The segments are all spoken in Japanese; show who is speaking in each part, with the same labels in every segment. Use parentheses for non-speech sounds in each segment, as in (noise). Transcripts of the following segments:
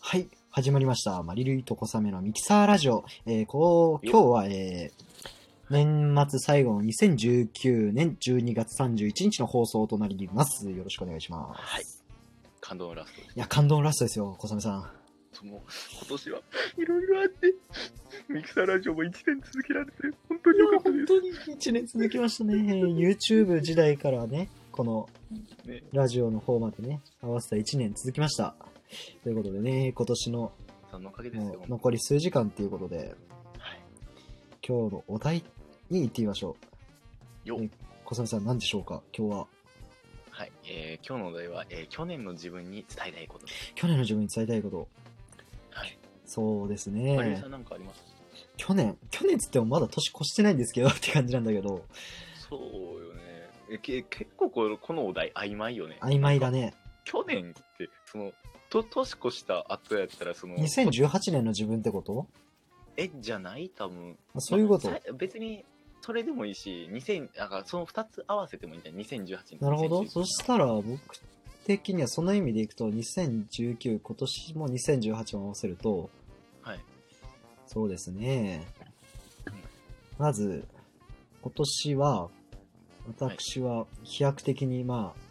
Speaker 1: はい、始まりました。マリルイとコサメのミキサーラジオ。えーこう、今日は、えー年末最後の2019年12月31日の放送となります。よろしくお願いします。
Speaker 2: はい。感動のラストで
Speaker 1: いや、感動のラストですよ、コサメさん。
Speaker 2: す。もう今年はいろいろあって、ミキサーラジオも1年続けられて、本当に良かったで
Speaker 1: 当に1年続きましたね。YouTube 時代からね、この
Speaker 2: すね。
Speaker 1: ラジオの方までね、合わせた1年続きました。ということでね、今年の
Speaker 2: そのおかげです
Speaker 1: も
Speaker 2: よ
Speaker 1: う。残り数時間ということで、
Speaker 2: はい
Speaker 1: 今日のお題に行ってみましょう。
Speaker 2: よ
Speaker 1: え小雨さん何でしょうか今日は。
Speaker 2: はい。えー今日のお題は、えー去年の自分に伝えたいことです。
Speaker 1: 去年の自分に伝えたいこと。
Speaker 2: はい。
Speaker 1: そうです
Speaker 2: マリル
Speaker 1: ね
Speaker 2: さん。なんかあります
Speaker 1: 去年、去年っつってもまだ年越してないん
Speaker 2: (laughs)
Speaker 1: ですけどって感じなんだけど、
Speaker 2: そうよね。えけ結構このこのお題曖昧よね。
Speaker 1: 曖昧だね。
Speaker 2: 去年って、その、と年越した後やったら、その、
Speaker 1: 2018年の自分ってこと
Speaker 2: え、じゃない多分。
Speaker 1: あそういうこと
Speaker 2: まあさ別に、それでもいいし、2000、なんかその2つ合わせてもいいんじゃない ?2018 年。
Speaker 1: なるほど。
Speaker 2: 2019
Speaker 1: そしたら僕的にはその意味でいくと2019、今年も2018も合わせると、
Speaker 2: はい。
Speaker 1: そうですね。まず、今年は、私は飛躍的に、まあ、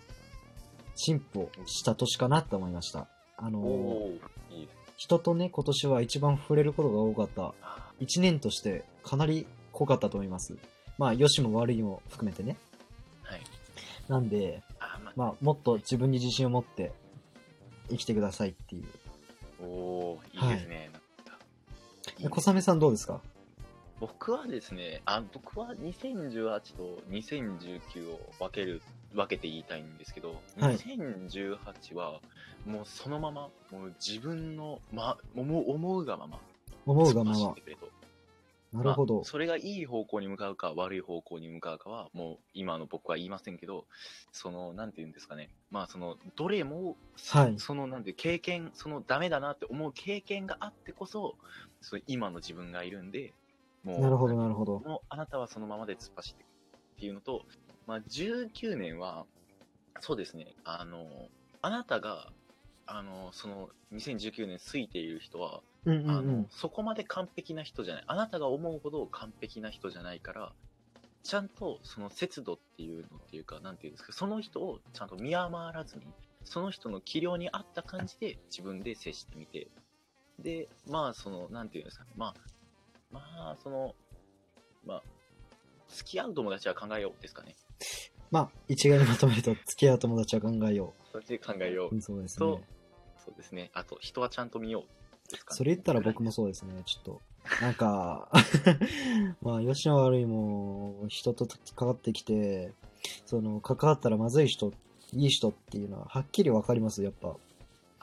Speaker 1: 進歩した年かなと思いました。あ
Speaker 2: お
Speaker 1: の、
Speaker 2: おーいいです
Speaker 1: 人とね、今年は一番触れることが多かった。
Speaker 2: あ
Speaker 1: 一年としてかなり濃かったと思います。まあ、良しも悪いも含めてね。
Speaker 2: ーはい。
Speaker 1: なんで、
Speaker 2: あー、ま
Speaker 1: まあ、もっと自分に自信を持って生きてくださいっていう。
Speaker 2: あ、おおいいですね。なんかいい
Speaker 1: え
Speaker 2: ね
Speaker 1: 小雨さんどうですか
Speaker 2: 僕はですね、あ、僕は2018と2019を分ける、分けて言いたいんですけど、
Speaker 1: はい
Speaker 2: 2018は、もうそのまま、もう自分の、ま、思う、思うがまま、
Speaker 1: 思うがま
Speaker 2: 突っ
Speaker 1: ま
Speaker 2: 走って。くれと
Speaker 1: なるほ
Speaker 2: ま
Speaker 1: ど
Speaker 2: あ。それがいい方向に向かうか、悪い方向に向かうかは、もう今の僕は言いませんけど、その、なんて言うんですかね。まあ、その、どれも、
Speaker 1: はい
Speaker 2: その、なんていう、経験、その、ダメだなって思う経験があってこそ、その今の自分がいるんで、もう、
Speaker 1: なるほど、なるほど。
Speaker 2: もうあなたはそのままで突っ走っていくっていうのと、まあ、19年は、そうですね、あの、あなたが、あの、その、2019年過いている人は、
Speaker 1: うんうん
Speaker 2: あ
Speaker 1: うん
Speaker 2: の。そこまで完璧な人じゃないあなたが思うほど完璧な人じゃないからちゃんとその節度っていうのっていうかなんていうんですかその人をちゃんと見余らずにその人の器量に合った感じで自分で接してみてでまあそのなんていうんですかねまあまあそのまあ付き合う友達は考えようですかね
Speaker 1: まあ、一概にまとめると、付き合う友達は考えよ
Speaker 2: それで考えよう、
Speaker 1: う。そうです
Speaker 2: そ
Speaker 1: ね
Speaker 2: う。そうですねあと人はちゃんと見ようですかね
Speaker 1: それ言ったら僕もそうですね、ちょっと。なんか、 (laughs) まあ、吉野悪いも、人と関わってきて、その、関わったらまずい人、いい人っていうのは、はっきりわかります、やっぱ。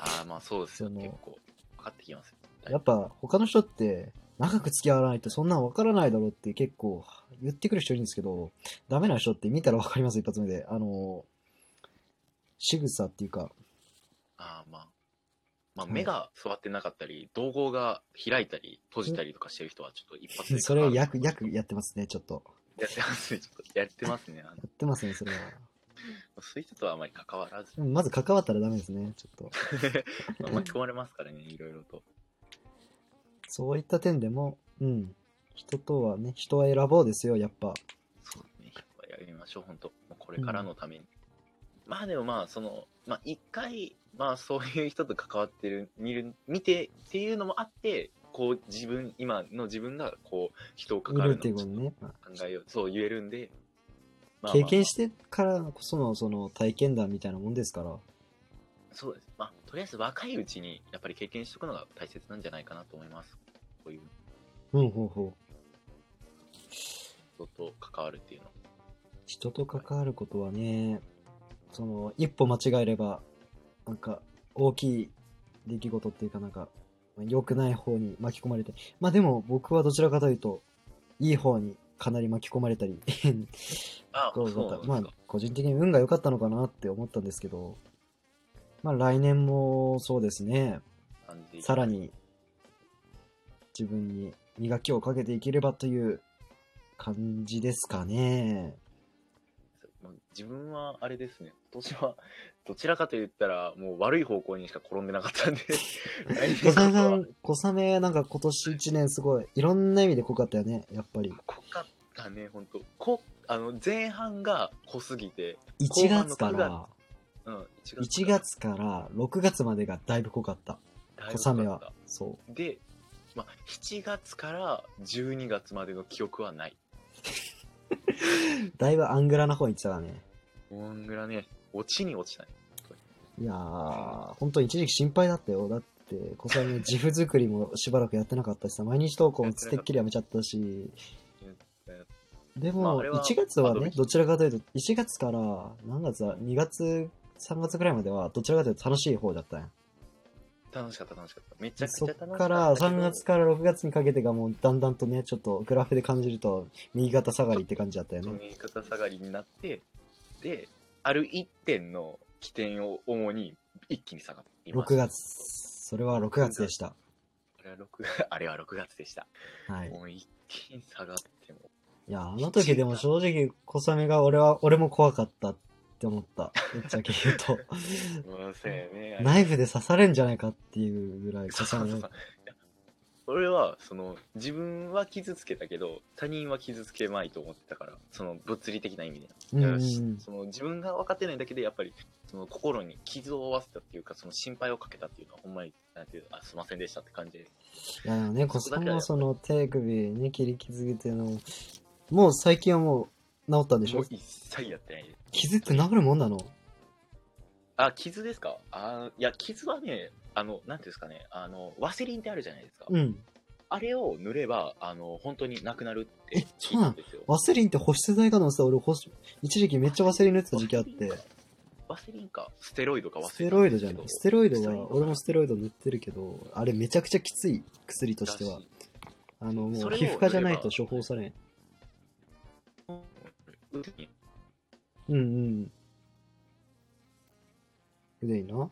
Speaker 2: ああまあそうですよ
Speaker 1: その
Speaker 2: 結構分かってきます
Speaker 1: やっぱ、他の人って、長く付き合わないとそんなんわからないだろうって結構言ってくる人いるんですけど、ダメな人って見たらわかります、一発目で。あの、仕草っていうか、
Speaker 2: ああまあ、まあ、
Speaker 1: はい
Speaker 2: 目が座ってなかったり、瞳孔が開いたり、閉じたりとかしてる人は、ちょっと一発で。
Speaker 1: それを役、役やってますね、ちょっと。
Speaker 2: やってますね。ちょっとやってますね。あの
Speaker 1: やってますね、それは。
Speaker 2: そういう人とはあまり関わらず、
Speaker 1: でもまず関わったらダメですね、ちょっと。
Speaker 2: まあ巻き込まれますからね、いろいろと。
Speaker 1: そういった点でも、うん。人とはね、人は選ぼうですよ、やっぱ。
Speaker 2: そうね。やりましょう、本当もうこれからのために。まあでもまあ、その、まあ一回、まあそういう人と関わってる、見る、見てっていうのもあって、こう自分、今の自分が、こう、人を関
Speaker 1: い
Speaker 2: わ
Speaker 1: る
Speaker 2: る
Speaker 1: っていうこ
Speaker 2: の
Speaker 1: と
Speaker 2: を
Speaker 1: ね。まあ
Speaker 2: 考えよう、そう言えるんで、まあまあ
Speaker 1: 経験してからこその、その、体験談みたいなもんですから。
Speaker 2: そうです。まあ、とりあえず若いうちに、やっぱり経験しておくのが大切なんじゃないかなと思います。こういう
Speaker 1: うん、ほうほう。
Speaker 2: 人と関わるっていうのは。
Speaker 1: 人と関わることはね、その、一歩間違えれば、なんか、大きい出来事っていうかなんか、良くない方に巻き込まれて。まあでも、僕はどちらかというと、いい方にかなり巻き込まれたり、 (laughs)
Speaker 2: ああ、
Speaker 1: こ
Speaker 2: そうう
Speaker 1: だ
Speaker 2: な
Speaker 1: っ
Speaker 2: んで
Speaker 1: た
Speaker 2: す
Speaker 1: まあ
Speaker 2: か。
Speaker 1: 個人的に運が良かったのかなって思ったんですけど、まあ来年もそうですね、
Speaker 2: 感じで
Speaker 1: さらに自分に磨きをかけていければという感じですかね。
Speaker 2: まあ自分はあれですね、今年はどちらかと言ったら、もう悪い方向にしか転んでなかったん
Speaker 1: (laughs)
Speaker 2: で、
Speaker 1: 小雨さ
Speaker 2: 来年こそは
Speaker 1: ん、小雨なんか今年一年すごい、いろんな意味で濃かったよね、やっぱり。
Speaker 2: 濃かったね、本当こあの前半が濃すぎて、
Speaker 1: 1月から、
Speaker 2: うん、1
Speaker 1: 1月から6月までがだいぶ濃かった。
Speaker 2: だいぶ濃か
Speaker 1: 小
Speaker 2: った
Speaker 1: 雨は。そう。
Speaker 2: で、まあ、7月から12月までの記憶はない。
Speaker 1: だいぶアングラな方に行ってたからね。
Speaker 2: モングラね、落ちに落ちない。
Speaker 1: いやー、本当に一時期心配だったよ。だって、小雨自負作りもしばらくやってなかったしさ、毎日投稿もてっきりやめちゃったし。で
Speaker 2: まあ
Speaker 1: も、
Speaker 2: あれは
Speaker 1: 1月は
Speaker 2: 後で
Speaker 1: ね、どちらかというと、1月から、何月だ、2月、3月ぐらいまでは、どちらかというと楽しい方だったんや。
Speaker 2: 楽しかった楽しかった。めちゃくちゃ
Speaker 1: そっ
Speaker 2: 楽しかったけ
Speaker 1: か
Speaker 2: ど。
Speaker 1: ら3月から6月にかけてがもうだんだんとね、ちょっとグラフで感じると右肩下がりって感じだったよ
Speaker 2: その
Speaker 1: ね。
Speaker 2: 言い方下がりになって、で、ある一点の起点を主に一気に下がっています。
Speaker 1: 6。月。それは6月でした。
Speaker 2: あれは6あれは6月でした。
Speaker 1: はい。
Speaker 2: もう一気に下がっても。
Speaker 1: いや、あの時でも正直小雨が俺は、俺も怖かったって思った。ぶっちゃけ言う
Speaker 2: (laughs)
Speaker 1: と。
Speaker 2: うん、そうやね。あれ
Speaker 1: ナイフで刺されんじゃないかっていうぐらい
Speaker 2: そう
Speaker 1: 小
Speaker 2: そう
Speaker 1: 雨
Speaker 2: そうい
Speaker 1: を。
Speaker 2: や俺はその自分は傷つけたけど他人は傷つけまいと思ってたからその物理的な意味で、
Speaker 1: うんうんう
Speaker 2: だから
Speaker 1: ん。
Speaker 2: その自分が分かってないだけでやっぱりその心に傷を負わせたっていうかその心配をかけたっていうのはほんまになんていうあすいませんでしたって感じです
Speaker 1: いやでもね、小
Speaker 2: そこだけ
Speaker 1: 雨
Speaker 2: だ
Speaker 1: の
Speaker 2: よ
Speaker 1: その手首ね、切り傷っていうのも、もう最近はもう治ったんでし
Speaker 2: も
Speaker 1: ょ
Speaker 2: う一切やってないです
Speaker 1: 傷って治るもんなの
Speaker 2: あ傷ですかあいや傷はねあのなんていうんですかねあのワセリンってあるじゃないですか、
Speaker 1: うん。
Speaker 2: あれを塗ればあの本当になくなるって
Speaker 1: えそうなの
Speaker 2: 聞いたんですよ
Speaker 1: ワセリンって保湿剤かのさ、俺保湿、一時期めっちゃワセリン塗ってた時期あって、
Speaker 2: ワセリンかステロイドか忘れた
Speaker 1: ステロイドじゃ
Speaker 2: ん
Speaker 1: ない。
Speaker 2: です
Speaker 1: ス
Speaker 2: け
Speaker 1: テ
Speaker 2: ど
Speaker 1: ロイドは、俺もステロイド塗ってるけど、あれめちゃくちゃきつい薬としては
Speaker 2: だ。
Speaker 1: あの、も
Speaker 2: そうれを
Speaker 1: 皮膚科じゃないと処方されん。
Speaker 2: 腕に
Speaker 1: うんうん。腕いいな。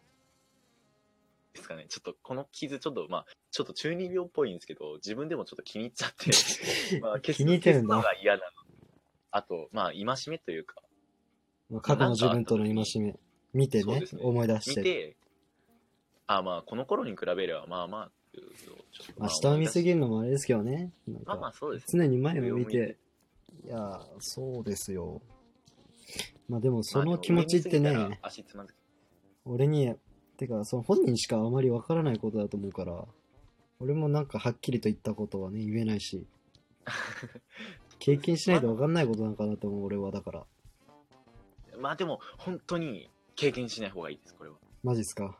Speaker 2: ですかねちょっとこの傷ちょっとまあちょっと中二病っぽいんですけど自分でもちょっと気に入っちゃっ
Speaker 1: (laughs)
Speaker 2: てまあ消す
Speaker 1: 気に入ってるんだ
Speaker 2: 消すのが嫌なのあとまあ戒めというか
Speaker 1: まあ過去の自分との戒め。見て
Speaker 2: そう
Speaker 1: ね
Speaker 2: です、ね
Speaker 1: 思い出し
Speaker 2: 見
Speaker 1: て。
Speaker 2: てあまあこの頃に比べればまあまあっていうのをちょっと
Speaker 1: まあ、下を見すぎ
Speaker 2: る
Speaker 1: るのもあれですけどね。なん
Speaker 2: まあまあ
Speaker 1: か、
Speaker 2: そうですね
Speaker 1: 常に前を見
Speaker 2: 上を向い
Speaker 1: て。いやー、そうですよ。まあでも、その気持ちって
Speaker 2: まあでも上に過ぎ
Speaker 1: ね
Speaker 2: たら、足つまずく
Speaker 1: 俺に、てか、その本人しかあまりわからないことだと思うから、俺もなんかはっきりと言ったことはね、言えない
Speaker 2: (laughs)
Speaker 1: し、経験しないとわかんないことなんかなと思う、俺はだから。
Speaker 2: まあでも本当に経験しない方がいいですこれは
Speaker 1: マジっすか。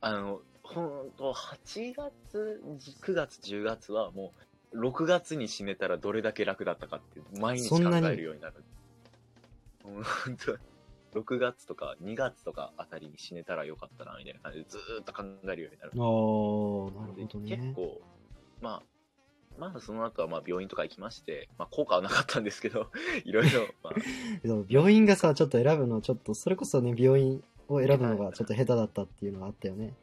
Speaker 2: あの、ほんと、8月、9月、10月はもう、6月に死ねたらどれだけ楽だったかって、毎日考
Speaker 1: そんなに
Speaker 2: えるようになる。うんほんと、6月とか2月とかあたりに死ねたらよかったな、みたいな感じでずーっと考えるようになる
Speaker 1: あ。ー、な
Speaker 2: な
Speaker 1: る
Speaker 2: ので
Speaker 1: ほど
Speaker 2: 結
Speaker 1: ね。
Speaker 2: 構、まあ、まあその後はまあ病院とか行きまして、まあ効果はなかったんですけど、 (laughs) いろいろ、まあ、
Speaker 1: でも病院がさ、ちょっと選ぶの、ちょっと、それこそね、病院を選ぶのがちょっと下手だったっていうのがあったよね。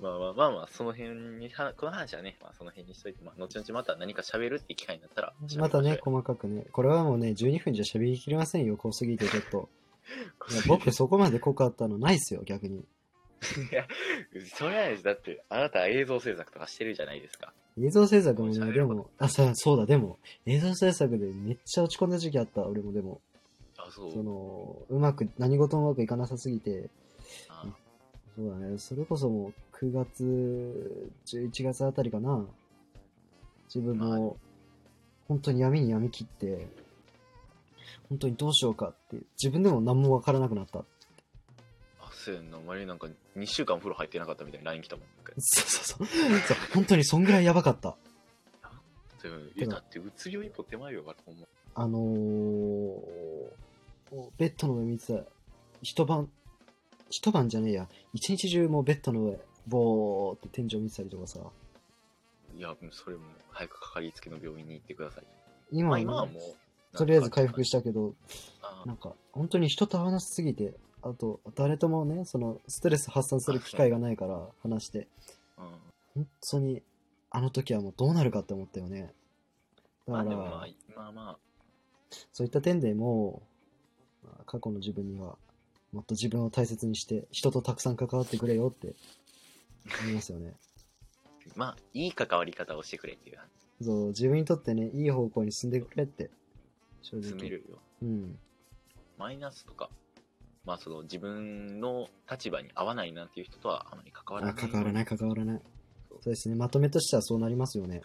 Speaker 2: まあまあまあまあ、その辺には、この話はね、まあその辺にしといて、まあ後々また何か喋るって機会になったら喋り
Speaker 1: ま
Speaker 2: しょ
Speaker 1: た
Speaker 2: うよ
Speaker 1: ね、細かくね、これはもうね、12分じゃ喋りきれませんよ、濃すぎてちょっ
Speaker 2: (laughs)
Speaker 1: と。いや僕そこまで濃かったのないっすよ、逆に。
Speaker 2: いや、 (laughs) それはないです。だって、あなた映像制作とかしてるじゃないですか。
Speaker 1: 映像制作も
Speaker 2: もう
Speaker 1: ね、
Speaker 2: 喋
Speaker 1: で
Speaker 2: ること
Speaker 1: も、あ、そうそうだ、でも、映像制作でめっちゃ落ち込んだ時期あった、俺もでも、
Speaker 2: あ、そ
Speaker 1: その、うまく、何事もうまくいかなさすぎて、
Speaker 2: あ
Speaker 1: そうだね、それこそもう、9月、11月あたりかな、自分
Speaker 2: ま
Speaker 1: も、本当に闇に闇切って、本当にどうしようかって、自分でも何もわからなくなった。
Speaker 2: あ、そうやんな。前になんか2週間お風呂入ってなかったみたいな LINE 来たもん。
Speaker 1: そうそうそう。そう本当にそんぐらいやばかった。
Speaker 2: そう
Speaker 1: て
Speaker 2: え、
Speaker 1: か
Speaker 2: だって、うつ病一歩手前よ、あれ、ほんま。
Speaker 1: あのー、ベッドの上見てた、一晩、一晩じゃねえや、一日中もうベッドの上、ぼーって天井見てたりとかさ、
Speaker 2: いや、それも、早くかかりつけの病院に行ってください。
Speaker 1: 今
Speaker 2: ま
Speaker 1: は,、
Speaker 2: あ、
Speaker 1: ね
Speaker 2: 今はもう、
Speaker 1: とりあえず回復
Speaker 2: し
Speaker 1: したけど、
Speaker 2: あ
Speaker 1: なんか、本当に人と話しすぎて、あと、誰ともね、その、ストレス発散する機会がないから、話して、
Speaker 2: うん
Speaker 1: 本当に、あの時はもうどうなるかって思ったよね。
Speaker 2: ま
Speaker 1: だか
Speaker 2: あでもまあ
Speaker 1: ら、、
Speaker 2: まあま
Speaker 1: そういった点でもう、まあ過去の自分には、もっと自分を大切にして、人とたくさん関わってくれよって思いますよね。
Speaker 2: あ、まあ、いい関わり方をしてくれっていう話。
Speaker 1: そう、自分にとってね、いい方向に進んでくれって、正直。
Speaker 2: 詰めるよ。
Speaker 1: うん。
Speaker 2: マイナスとか、まあその自分の立場に合わないなっていう人とはあまり関わら
Speaker 1: あ、
Speaker 2: ない。
Speaker 1: 関わらない、関わらない。
Speaker 2: そう
Speaker 1: そうですね、まとめとしてはそうなりますよね。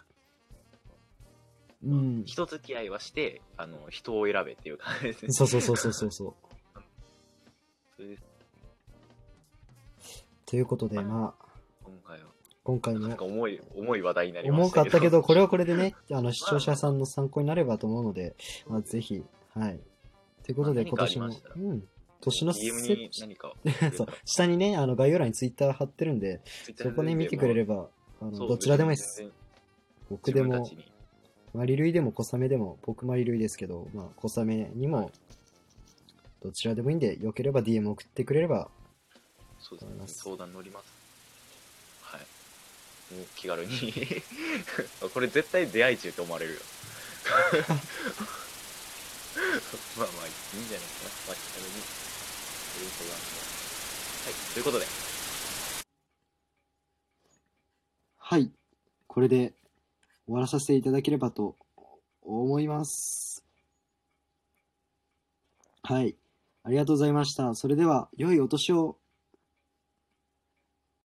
Speaker 1: うん。
Speaker 2: 人付き合いはして、あの、人を選べっていう感じですね。
Speaker 1: そうそうそうそうそうそう。
Speaker 2: それで
Speaker 1: ということで、
Speaker 2: はい
Speaker 1: まあ、
Speaker 2: 今回は、
Speaker 1: 今回
Speaker 2: なん
Speaker 1: も
Speaker 2: か重い、重い話題になりま
Speaker 1: 重
Speaker 2: した
Speaker 1: か
Speaker 2: けど。
Speaker 1: ったけど、これはこれで
Speaker 2: (laughs)
Speaker 1: ね、あの、視聴者さんの参考になればと思うので、まあ、ぜひ、はい。ということで、
Speaker 2: まあ
Speaker 1: 今
Speaker 2: 何か
Speaker 1: 年も
Speaker 2: ありました、ら
Speaker 1: うん、年の
Speaker 2: DM
Speaker 1: せ
Speaker 2: に何か送ってくれ
Speaker 1: (laughs)
Speaker 2: たら。
Speaker 1: そう、下にね、あの、概要欄にツイッター貼ってるんで、そこね、見てくれれ
Speaker 2: ば、
Speaker 1: ば、あ
Speaker 2: そ
Speaker 1: の、
Speaker 2: う
Speaker 1: どちらでもいいです。。僕
Speaker 2: 別
Speaker 1: で
Speaker 2: に全然
Speaker 1: も
Speaker 2: 自分、たちに
Speaker 1: マリルイでも小雨でも、僕マリルイですけど、まあ、小雨にも、どちらでもいいんで、よければ DM 送ってくれれば、
Speaker 2: そう
Speaker 1: 思いま
Speaker 2: ですす。相談乗ります。はい。もう気軽に。 (laughs) これ絶対出会い中って思われるよ。 (laughs) まあまあ、いいんじゃないですか。まあ、気軽に。ということなんではい。ということで、
Speaker 1: はい、これで終わらさせていただければと思います。はい、ありがとうございました。それでは、良いお年を。